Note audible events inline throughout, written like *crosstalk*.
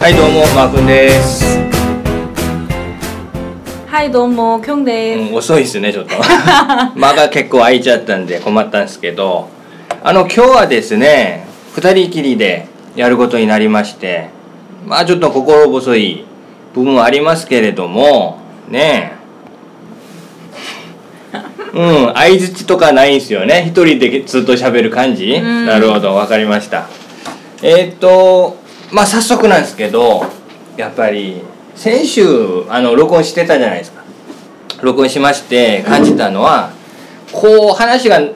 はいどうもマー君です、はい、どうも、きょんうでん、遅いですねちょ *laughs* っと間が結構空いちゃったんで困ったんですけどあの今日はですね2人きりでやることになりましてまあちょっと心細い部分はありますけれどもねえうん相づちとかないんですよね一人でずっと喋る感じうんなるほどわかりましたえーっとまあ早速なんですけどやっぱり先週あの録音してたじゃないですか録音しまして感じたのは、こう話が流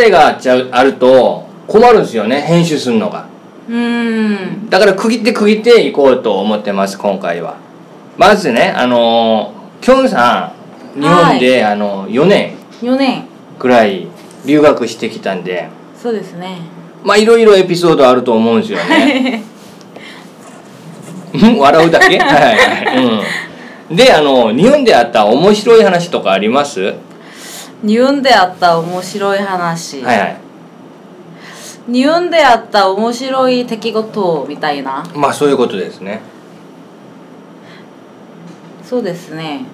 れがあっちゃうあると困るんですよね編集するのがす。うーん。だから区切って区切っていこうと思ってます今回はまずねあのーきょんさん日本で、あの4年4年。くらい留学してきたんでそうですね。まあいろいろエピソードあると思うんですよねうん *laughs* 笑うだ *laughs* けはいはい、うん、であの日本であった面白い話とかありますは日本であった面白い話。いはい日本であった面白い出来事みたいな。まあそういうことですねそうですね。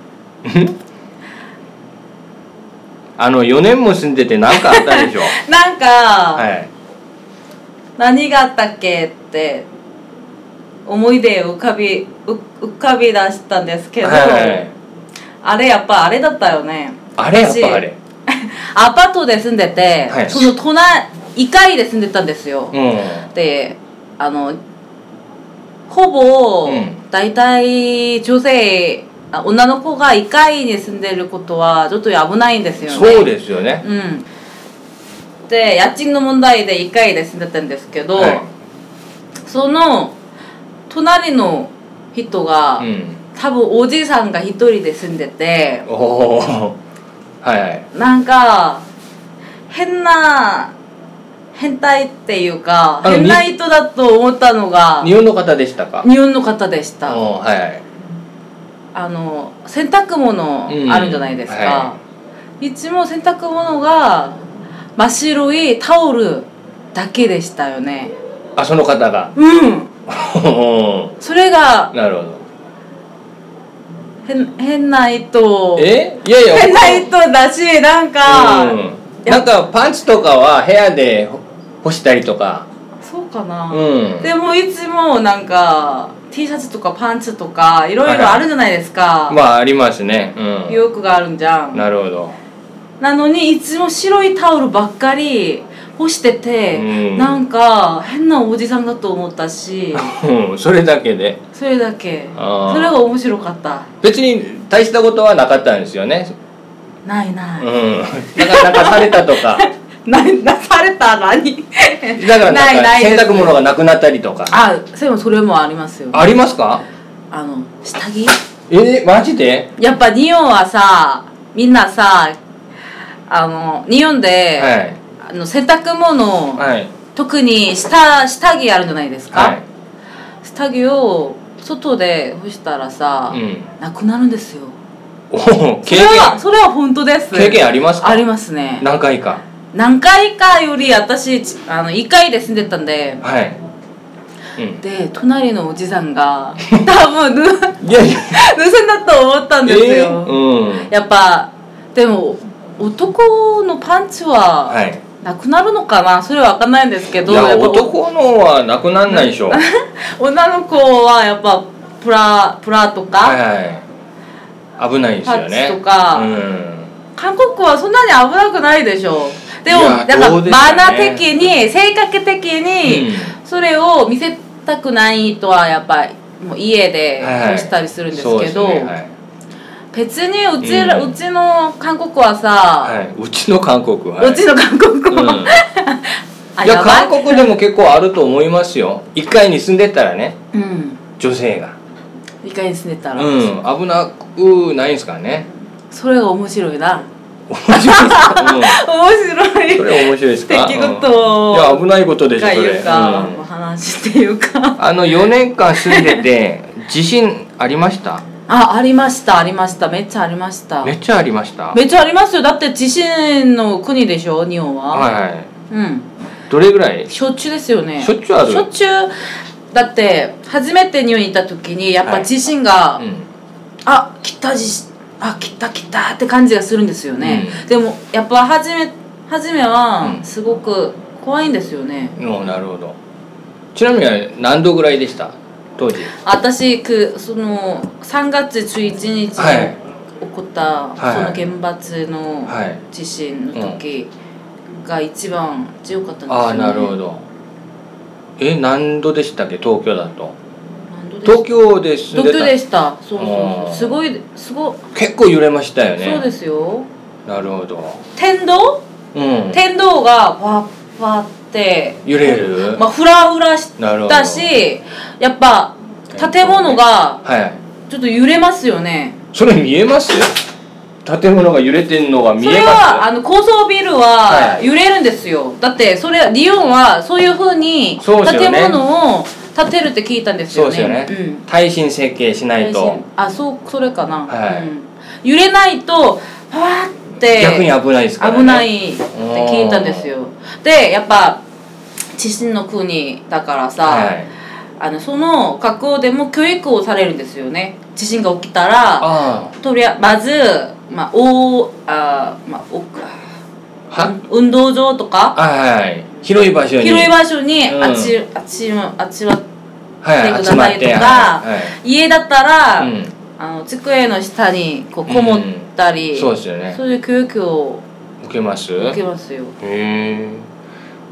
あの4年も住んでて何かあったで *laughs* しょなんか、はい何があったっけって、思い出浮かび、う浮かび出したんですけど、はいはいあれやっぱあれだったよね。あれやっ私ぱあれアパートで住んでて、はいその隣、1階で住んでたんですよ。うであのほぼうん大体女性、あ女の子が1階に住んでることはちょっと危ないんですんよねそうですよねうんで家賃の問題で1階で住んでたんですけど、はいその隣の人が、うん多分おじさんが1人で住んでておおはいはいなんか変な変態っていうかあの変な人だと思ったのが日本の方でしたか日本の方でしたおーはいはいあの洗濯物あるじゃないですうんかは、い、つも洗濯物が真っ白いタオルだけでしたよねあその方が *laughs* うんおそれーがなるほど変変な糸えいやいや変な糸だしなんか、うん、なんかパンツとかは部屋で干したりとかそうかうな、んでもいつもなんか T シャツとかパンツとかいろいろあるじゃないですか、まあありますねうん洋服があるんじゃんなるほどなのにいつも白いタオルばっかり干してて、うんなんか変なおじさんだと思っ *laughs* たしうんそれだけでそれだけあーそれが面白かった別に大したことはなかったんですよねないうんない、なんかなんかされたとか *laughs* ないなされた何 *laughs* だからないなんかない洗です濯物がなくなったりとかあでもそれもありますよありますかあの下着えー、マジでやっぱ日本はさみんなさあの日本で、はいあの洗濯物、はい特に下下着あるじゃないですか、はい下着を外で干したらさ、うんなくなるんですよおー経それ験はそれは本当です経験ありますかありますね何回か何回かより私ちあの1回で住んでたんではい、うで隣のおじさ *laughs* んが多分ぬ盗んん、いやいやだと思ったんですよ、えーうんやっぱでも男のパンチははいなくなるのかな、それは分かんないんですけどいやっぱ男のはなくなんないでし *laughs* ょはい女の子はやっぱプラプラとか、はい危ないですよねパッチとかうん韓国はそんなに危なくないでしょでいもなやんかどうですかマねナー的に性格的にうそれを見せたくないとはやっぱりもう家ではいはい干したりするんですけど、そうですねはい別にうちら、ううんちの韓国はさ、はい、うちの韓国は、はいうちの韓国うんは、あいややばい韓国でも結構あると思いますよ一回に住んでたらねうん女性が一回に住んでたうら、ん危なくないんですか *laughs* ねそれが面白 *laughs* いな面白いですか、うん、面白そいれ面白いですか出来事うんいや危ないことでしょがそいれうか、うん話っていうかあの4年間住んでて地震ありましたあありましたありましためっちゃありましためっちゃありましためっちゃありますよだって地震の国でしょ日本は、はいはいうんどれぐらいしょっちゅうですよねしょっちゅうあるしょっちゅうだって初めて日本に行った時にやっはぱい自信が、うんあ来た地震あ来た来たって感じがするんですよね、うんでもやっぱ初め初めはうんすごく怖いんですよね、おなるほどちなみにあれ何度ぐらいでした当時私くその3月11日に起はいこった、はいその原発のはい地震の時が一番強かったんですよ、ねああなるほどえ何度でしたっけ東京だと何度でした東京で住ん東で京たでしたそうそあうそうーすごいすごい、結構揺れましたよねそうですよなるほど天童うん天童がわーわーって揺れるまあフラフラしなるほどたしやっぱ建物がはいちょっと揺れますよねそれ見えます建物が揺れてんのが見それえはまあの高層ビルははい揺れるんですよ、だってそれはリヨンはそういうふうにそうですよ建ね物を建てるって聞いたんですすそうよですよねね、耐震設計しないとうん、あそうそれかな、はいうん揺れないとパワーって逆に危ないですからね危ないって聞いたんですよでやっぱ地震の国だからさ、はいあのその学校でも教育をされるんですよね地震が起きたらあとりあまず、まあ、おあーまあ、おあは運動場とかはい広い場所に広い場所にうんあっち、あっちあっちははい来て集くだまさっいてとかはいはい家だったら、うんあの机の下にこうこもったり、そうですよねそういう教育を受けます受けへますよ。え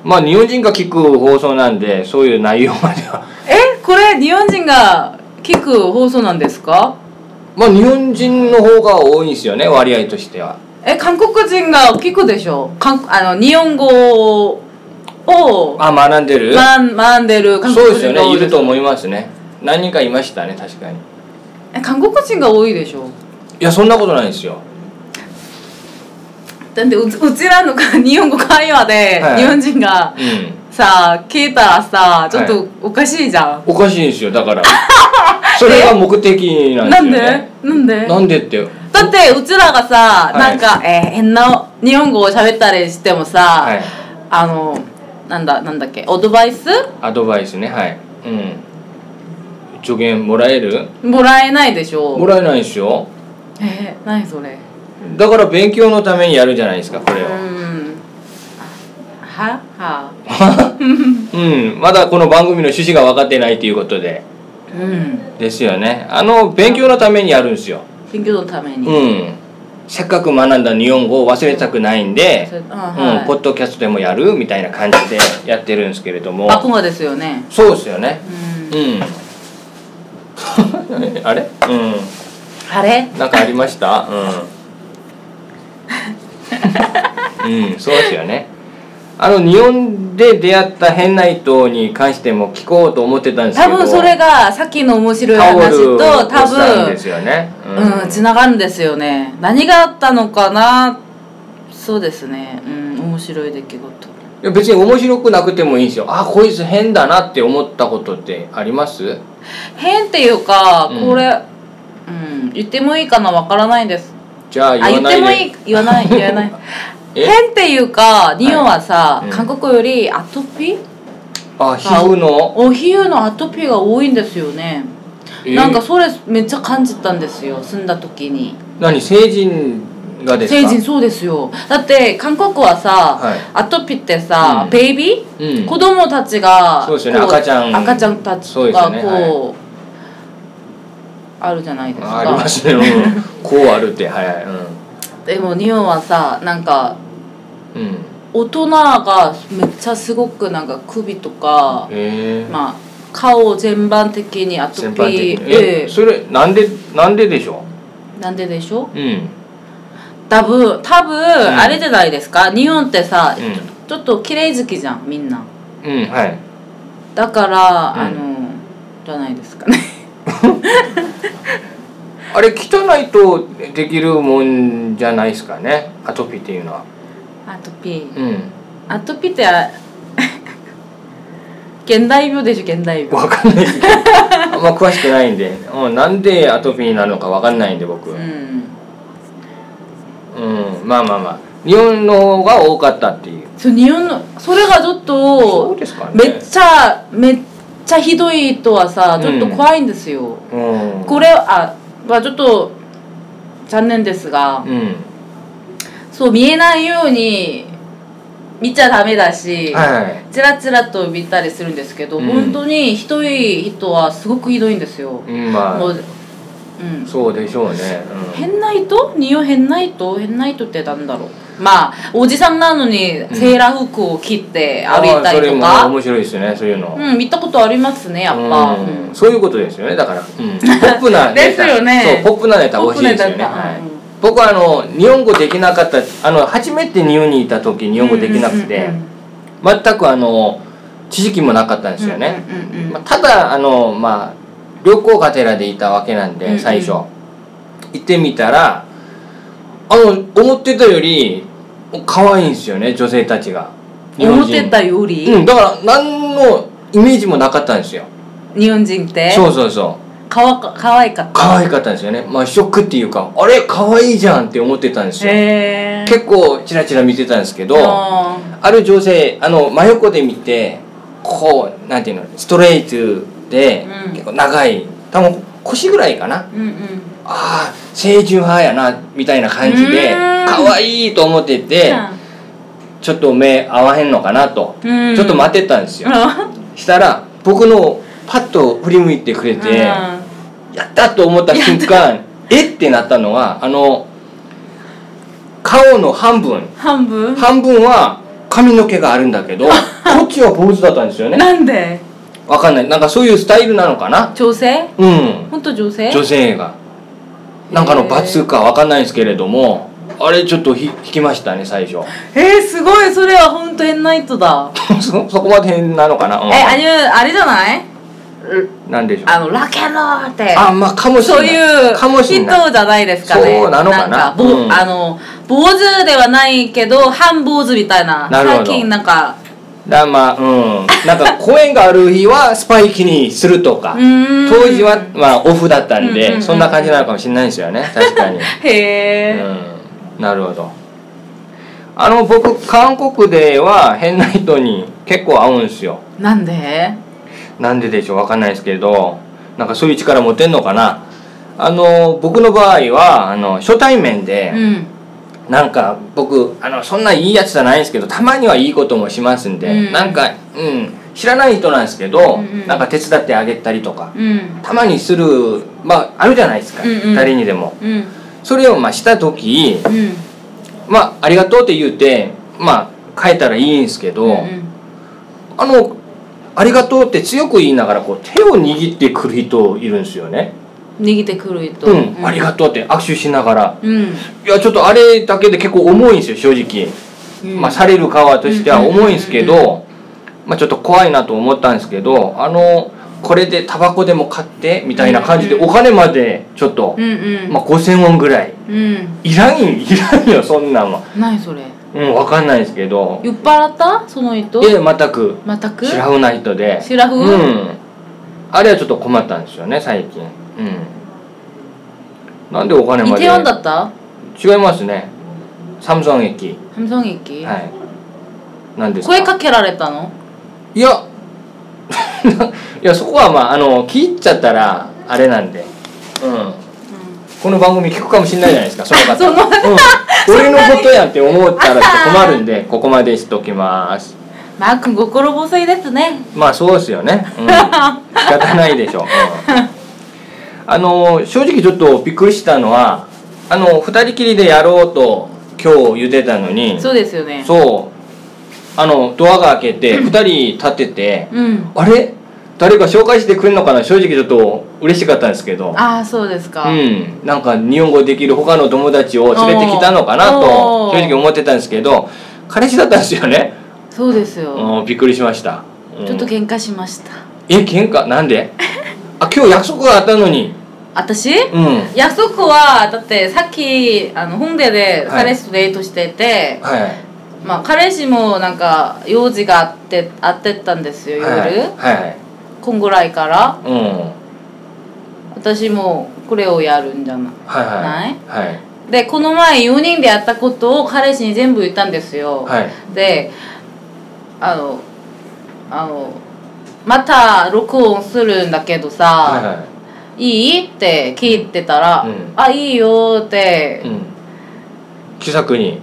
まあ日本人が聞く放送なんでそういう内容までは *laughs* えこれ日本人が聞く放送なんですかまあ日本人の方が多いんですよね割合としてはえ韓国人が聞くでしょ韓あの日本語をあ学んでる学ん学んでる韓そう国です人よがね多いいでるすと思いますね何人かいましたね確かにえ韓国人が多いでしょいやそんなことないですよだってうちうちらの *laughs* 日本語会話ではい日本人がうんさ聞いたらさちょっとおかしいじゃん、おかしいんですよだから *laughs* それが目的なんですなよ、んでね、なんでなんでってだってうちらがさ、はいなんか、えー変な日本語を喋ったりしてもさ、はいあのなんだなんだっけアドバイスアドバイスねはいうん助言もらえるもらえないでしょもらえないんですよえー、何それだから勉強のためにやるじゃないですかこうれをんははうんまだこの番組の趣旨が分かってないということでうんですよねあの勉強のためにやるんですよ勉強のために、ううんんせっかく学んだ日本語を忘れたくないんでそれあうん、ポはッドキャストでもやるみたいな感じでやってるんですけれどい、もバコマですよねそうですよねうん *laughs* うんあれうあれんなんかありましたうん *laughs* うんそうですよねあの日本で出会った変な人に関しても聞こうと思ってたんですけ多ど分それがさっきの面白いタオル話とを多したん分ですよねうん、つながるんですよね何があったのかなそうですねうん面白い出来事いや別に面白くなくてもいいんですよあこいつ変だなって思ったことってあります変っていうかうんこれ、うん言ってもいいかなわからないですじゃああ言わ言っないてでもいい言わ *laughs* ない言わないえ変っていうか日本ははさ、いうん韓国よりアトピーあ皮膚のお皮膚のアトピーが多いんですよね、えーなんかそれめっちゃ感じたんですよ住んだ時に何成人がですか成人そうですよだって韓国はさ、はいアトピーってさ、うんベイビーうん子供たちがそうですよねこ赤ちゃん赤ちゃんたちそうですがよこうねあるじゃないですかあありますね、うん、こうあるってはいはいでも日本はさなんかうん、うん、大人がめっちゃすごくなんか首とか、えー、まあ顔全般的にアトピ先ー輩的にえええそれなんでなんででしょなんででしょうううん多分多分、あれじゃないですか日本ってさ、うんちょっと綺麗好きじゃんみんなうんはいだから、うんあのじゃないですかねあれ汚いとできるもんじゃないですかねアトピーっていうのはアトピーうんアトピーってあ現代病でしょ現代病わかんない *laughs* ですけどあんま詳しくないんで、うん、なんでアトピーになるのかわかんないんで僕う、うんんまあまあまあ日本の方が多かったっていうそう日本のそれがちょっそうとですかねめっちゃめっちゃひどいとはさちょっと怖いんですよ、うんこれあはちょっと残念ですが、うんそう見えないように見ちゃダメだし、はいはいチラチラと見たりするんですけど、うん本当にひどい人はすごくひどいんですよ、うんまあもううんそうでしょうね、うん変な人によ変な人変な人ってなんだろうまあおじさんなのにセーラー服を切って歩いたあーりとそれもか面白いですよねそういうの、うん見たことありますねやっぱ、うんうんそういうことですよねだから、ポップなネタですよねそうポップなネタポ欲ッしプいなでネすよタね、はういん、僕はあの日本語できなかったあの初めて日本にいた時日本語できなくて、うんうん全くあの知識もなかったんですよね、うんうんうんまあ、ただあのまあ旅行がてらでいたわけなんうんうでん最初、行ってみたらあの思ってたより可愛いんですよね女性たちが思ってたより、うんだから何のイメージもなかったんですよ日本人ってそうそうそうかわかかわいかった可愛かったんですよねまあショックっていうかあれ可愛いじゃんって思ってたんですよへえ結構チラチラ見てたんですけどあある女性あの真横で見てこうなんていうのストレートで、うん結構長い多分腰ぐらいかなーうんうんああ清純派やなみたいな感じでうーん可愛いと思っててちょっと目合わへんのかなとうんちょっと待ってたんですよっしたら僕のパッと振り向いてくれてやったと思った瞬間えってなったのはあの顔の半分半分半分は髪の毛があるんだけ *laughs* どこっちは坊主だったんですよねなんでわかんないなんかそういうスタイルなのかな女性うん本当女性女性がなんかの罰かわかんないんですけれどもあれちょっとひ引きましたね最初 *laughs* えー、すごいそれは本当変な人だそそこまで変なのかな、うんえあれあれじゃないなんでしょうあのラケンローってあまあかもしれそうないいうかもしれ人じないゃないですかねそうなのかなんぼうんあの坊主ではないけど半坊主みたいななるほど最近なんかだまあうんなんか公演がある日はスパイキにするとか *laughs* うーん当時はまあオフだったんうんうんうんうでんそんな感じなのかもしれないですよね確 *laughs* かにへえ、うん、なるほどあの僕韓国では変な人に結構会うんですよなんでなんででしょうわかんないですけどなんかそういう力持ってんのかなあの僕の場合はあの初対面うで、んなんか僕あのそんないいやつじゃないんですけどたまにはいいこともしますんで、うんなんか、うん、知らない人なんですけど、うんうんなんか手伝ってあげたりとかうんたまにするまああるじゃないですか、うんうん誰にでもうんそれをまあした時うんまあ、ありがとうって言うて、まあ、変えたらいいんですけど、うんうんあの、ありがとうって強く言いながら、こう、手を握ってくる人いるんですよね。逃げてくる人うん、ありがとうって握手しながら。うん、いや、ちょっとあれだけで結構重いんですよ、正直。うん、まあ、される側としては重いんですけうんうんど、まあ、ちょっと怖いなと思ったんですけど、あの、これでタバコでも買って、みたいな感じで、うんうお金まで、ちょっとう、んうん、まあ、5000ウォンぐらい。うんいらん、いらんよ、そんなんは。何それうん、わかんないですけど。酔っ払ったその人いやいや全く全く白フな人でシラフうんあれはちょっと困ったんですよね最近うんなんでお金まイでテウォンだった違いますねサムソン駅ハムソン駅、はいなんですか声かけられたのいや *laughs* いやそこはまああの聞いちゃったらあれなんでうんこの番組聞くかもしれないじゃないですかその方その方うん、俺のことやって思ったら困るんでここまでしときますマー君心細いです *laughs* ねまあそうですよね、うん、仕方ないでしょう、うんあの正直ちょっとびっくりしたのはあの二人きりでやろうと今日言ってたのにそうですよねそうあのドアが開けて二人立っててうんあれ誰か紹介してくれるのかな正直ちょっと嬉しかったんですけどああそうですか、うん、なんか日本語できる他の友達を連れてきたのかなとおー正直思ってたんですけど彼氏だったんですよね、そうですよ、うん、びっくりしました、うんちょっと喧嘩しましたえ喧嘩なん *laughs* であ今日約束があったのに私うん約束はだってさっきあの本デで彼氏とデートしてて、はいまあ彼氏もなんか用事があってあってったんですよ夜、はいはいこんぐらいからうん私もこれをやるんじゃないはいないはいでこの前4人でやったことを彼氏に全部言ったんですよ、はいであのあのまた録音するんだけどはいさ、はいい、って聞いてたらう「んあいいよ」ってい、うん、気さくに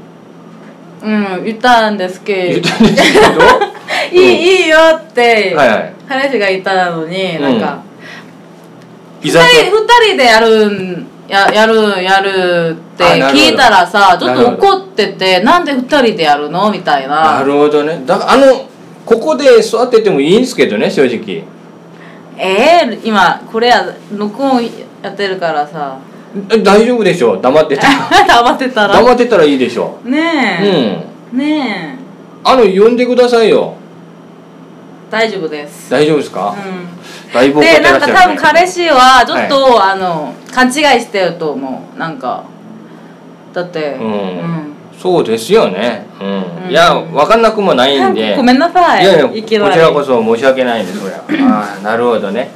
うん言ったんです言けっどたんです *laughs* けどは「いいいいよ」って、いは話がいたのに、なんかいい二ざ人と二人でやるんややるやるってあなるほど聞いたらさちょっなるほとど怒っててなんで二人でやるのみたいななるほどねだからあのここで育ててもいいんですけどね正直えー、今これや録音やってるからさえ大丈夫でしょ黙ってた *laughs* 黙ってたら黙ってたらいいでしょうねんえ、ねあの呼んでくださいよえ大丈夫です、大丈夫ですか、うだいぶん、怒っでてらなんっしゃかる、ね、多分彼氏はちょっと、あの勘違いしてると思うなんかだってうんうんそうですよね、うんうんいや分かんなくもないんでごめんなさいいやいやいきなこりちらこそ申し訳ないですそりゃああなるほどね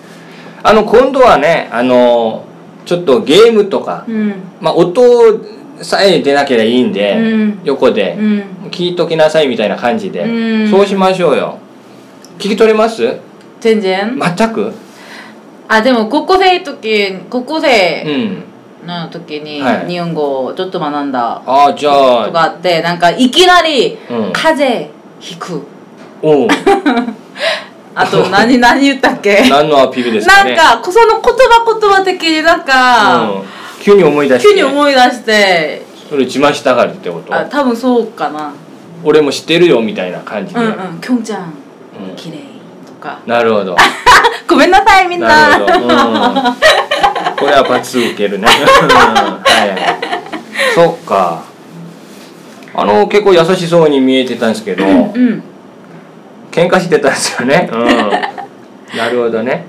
あの今度はねあのちょっとゲームとか、うんまあ、音さえ出なければいいんで、うん横で、うん聞いときなさいみたいな感じで、うんそうしましょうよ聞き取れます全然、全くあでも高校生の時高校う生んの時にはい日本語をちょっと学んだああじゃとあかあってなんかいきなりうん「風邪ひくおう」あと何何言ったっけ何のアピールですかなんねかその言葉言葉的になんか、うん、急に思い出して急に思い出してそれ自慢したがるってことあ多分そうかな俺も知ってるよみたいな感じで、ううんんうんきょんちゃん綺麗とかなるほどごめんなさいみんななるほど、うん、これは罰受けるね、うんはい、そっかあの結構優しそうに見えてたんですけど *laughs* うん喧嘩してたんですよね、うん、 *laughs* なるほどね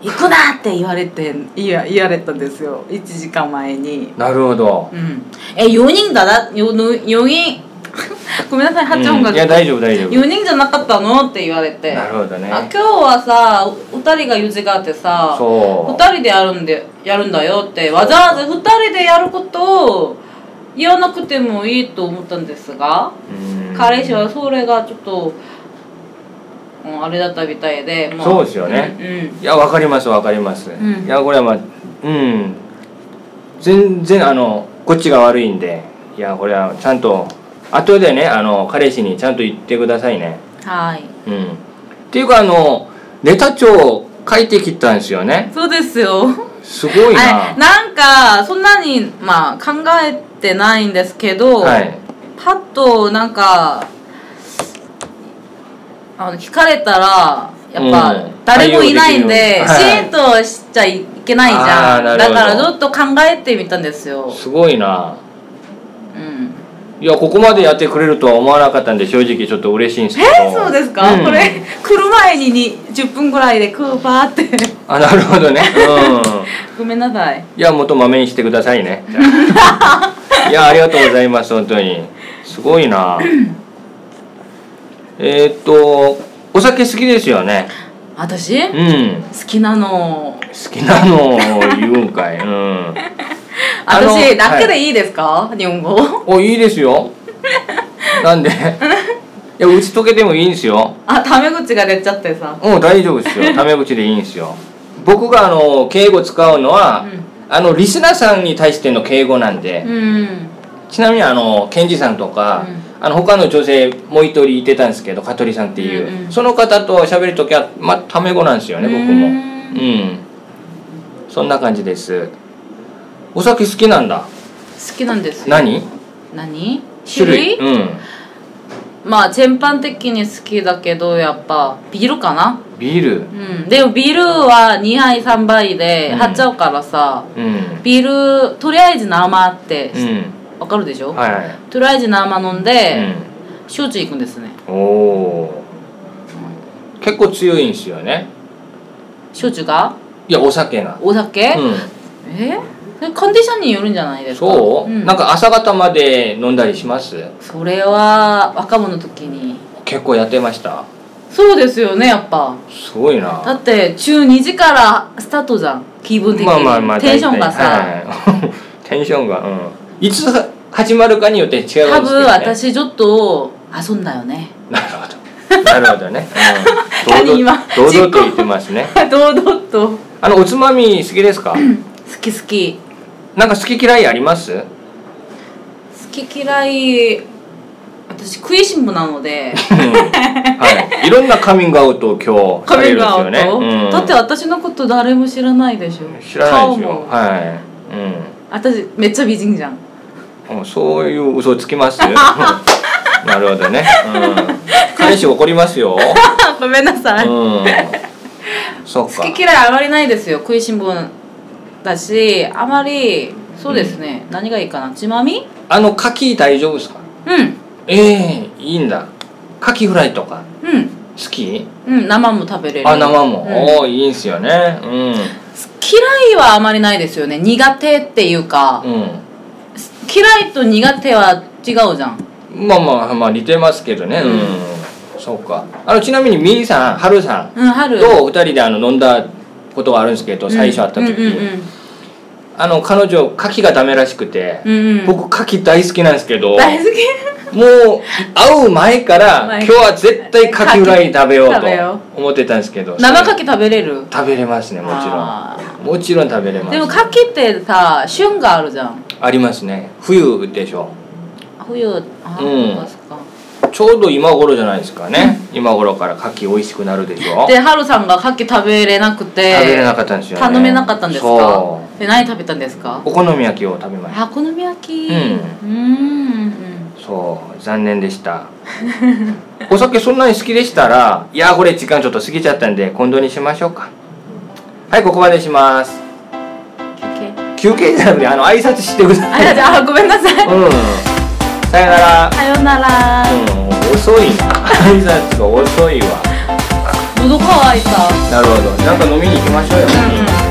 行くなって言われていや言われたんですよ1時間前になるほどうんえ4人だなよの4人 *laughs* ごめんなさい発音が、うんいや大丈夫大丈夫4人じゃなかったのって言われてなるほどねあ今日はさ2人が用事があってさそう2人でやるんでやるんだよってわざわざ2人でやることを言わなくてもいいと思ったんですが、うん彼氏はそれがちょっと、うん、あれだったみたいで、まあそうですよねうんうんいやわかりますわかります、んいやこれはまあうん全然あのこっちが悪いんでいやこれはちゃんと後でねあの彼氏にちゃんと言ってくださいねはいうんっていうかあのネタ帳書いてきたんですよねそうですよすごいあななんかそんなにまあ考えてないんですけど、はいパッとなんかあの聞かれたらやっうぱん誰もいないん対応で、できるようにシートしちゃいけないじゃあーんなるだほどからちょっと考えてみたんですよ、すごいなうん、いやここまでやってくれるとは思わなかったんで正直ちょっと嬉しいんですけどえそうですか、うんこれ来る前にに10分ぐらいでクーパーってあなるほどねうん *laughs* ごめんなさいいや、もっとまめにしてください *laughs* ね。いや、ありがとうございます、本当に。すごいな。えーっと、お酒好きですよね。私う好ん。きなの好きなのを言うんかい。うん。あの私は楽いでいいですか、日本語 *laughs* お、いいですよ。なんで。いや、打ち解けてもいいんですよ。あタメ口が出ちゃってさもう大丈夫ですよ。タメ口でいいんですよ。僕があの敬語使うのは、うんあのリスナーさんに対しての敬語なんで。うんちなみにあのケンジさんとか、あの他の女性もう一人いてたんですけど香取さんっていう、うんうんその方と喋る時はまあタメ語なんですよね僕もうんそんな感じですお酒好きなんだ好きなんですよ何何種類うんまあ全般的に好きだけどやっぱビールかなビールうんでもビールは2杯3杯でうん貼っちゃうからさ、うんビールとりあえず生ってうんわかるでしょ、はいはい、とりあえず生飲んで、焼酎行くんですねうん、おお結構強いんですよね焼酎がいやお酒がお酒、うえそれコンディションによるんじゃないでんすかそう、ん、なんか朝方まで飲んだりしますそれは若者の時に結構やってましたそうですよねやっぱすごいなだって中2時からスタートじゃん気分的に、まあまあまあテンションがさ、大体はいはい *laughs* テンションがうんいつ始まるかによって違うんですけど、ね、多分私ちょっと遊んだよね *laughs* なるほどなるほどね、確かに今堂々堂々と言ってますね自己 *laughs* 堂々と好あのおつまみ好きですかき好きなんか好き嫌いあります好き嫌い私食いしん坊なの *laughs* ではい、いろんなカミングアウトを今日さカれメるんですラよをね。うんだって私のこと誰も知らないでしょ知らないですよ顔。もはい。うん。私めっちゃ美人じゃんもうそういう嘘つきます *laughs* なるほどね、うん、彼氏怒りますよ、あ *laughs* ごめんなさい、うん、そうか好き嫌いあまりないですよ食いしん坊だしあまりそうですね、何がいいかなつまみあの牡蠣大丈夫ですかうんええいいんだ牡蠣フライとかうん好きうん生も食べれるあ生も、うんおーいいんすよねう嫌いはあまりないですよね苦手っていうか、ん嫌いと苦手は違うじゃんうんまあまあまあ似てますけどねうん、そうかあのちなみにみーさんはるさんうん春とお二人であの飲んだことがあるんですけど最初会った時、うんあの彼女牡蠣がダメらしくて、うんうん、うんうん、僕牡蠣大好きなんですけど大好きもう会う前から今前日は絶対カキフライ食べよう食べよと思ってたんですけど生そかれき食べれるも食べれますねもちろんもちろん食べれますでもかきってさ旬があるじゃんありますね冬でしょ冬うあんー、そうかそちょうど今頃じゃないですかね、今頃からカキ美味しくなるでしょうかでハルさんがかき食べれなくて食べれなかったんですよね頼めなかったんですかそうで何食べたんですかお好み焼きを食べましたあお好み焼きうんーんそう残念でしたお酒そんなに好きでしたらいやこれ時間ちょっと過ぎちゃったんで今度にしましょうかはいここまでします休憩休憩じゃなくてあの挨拶してくだあさいれあごめんなさいうんさよならさよならうん遅いな挨拶が遅いわ喉乾いたなるほどなんか飲みに行きましょうよ、うん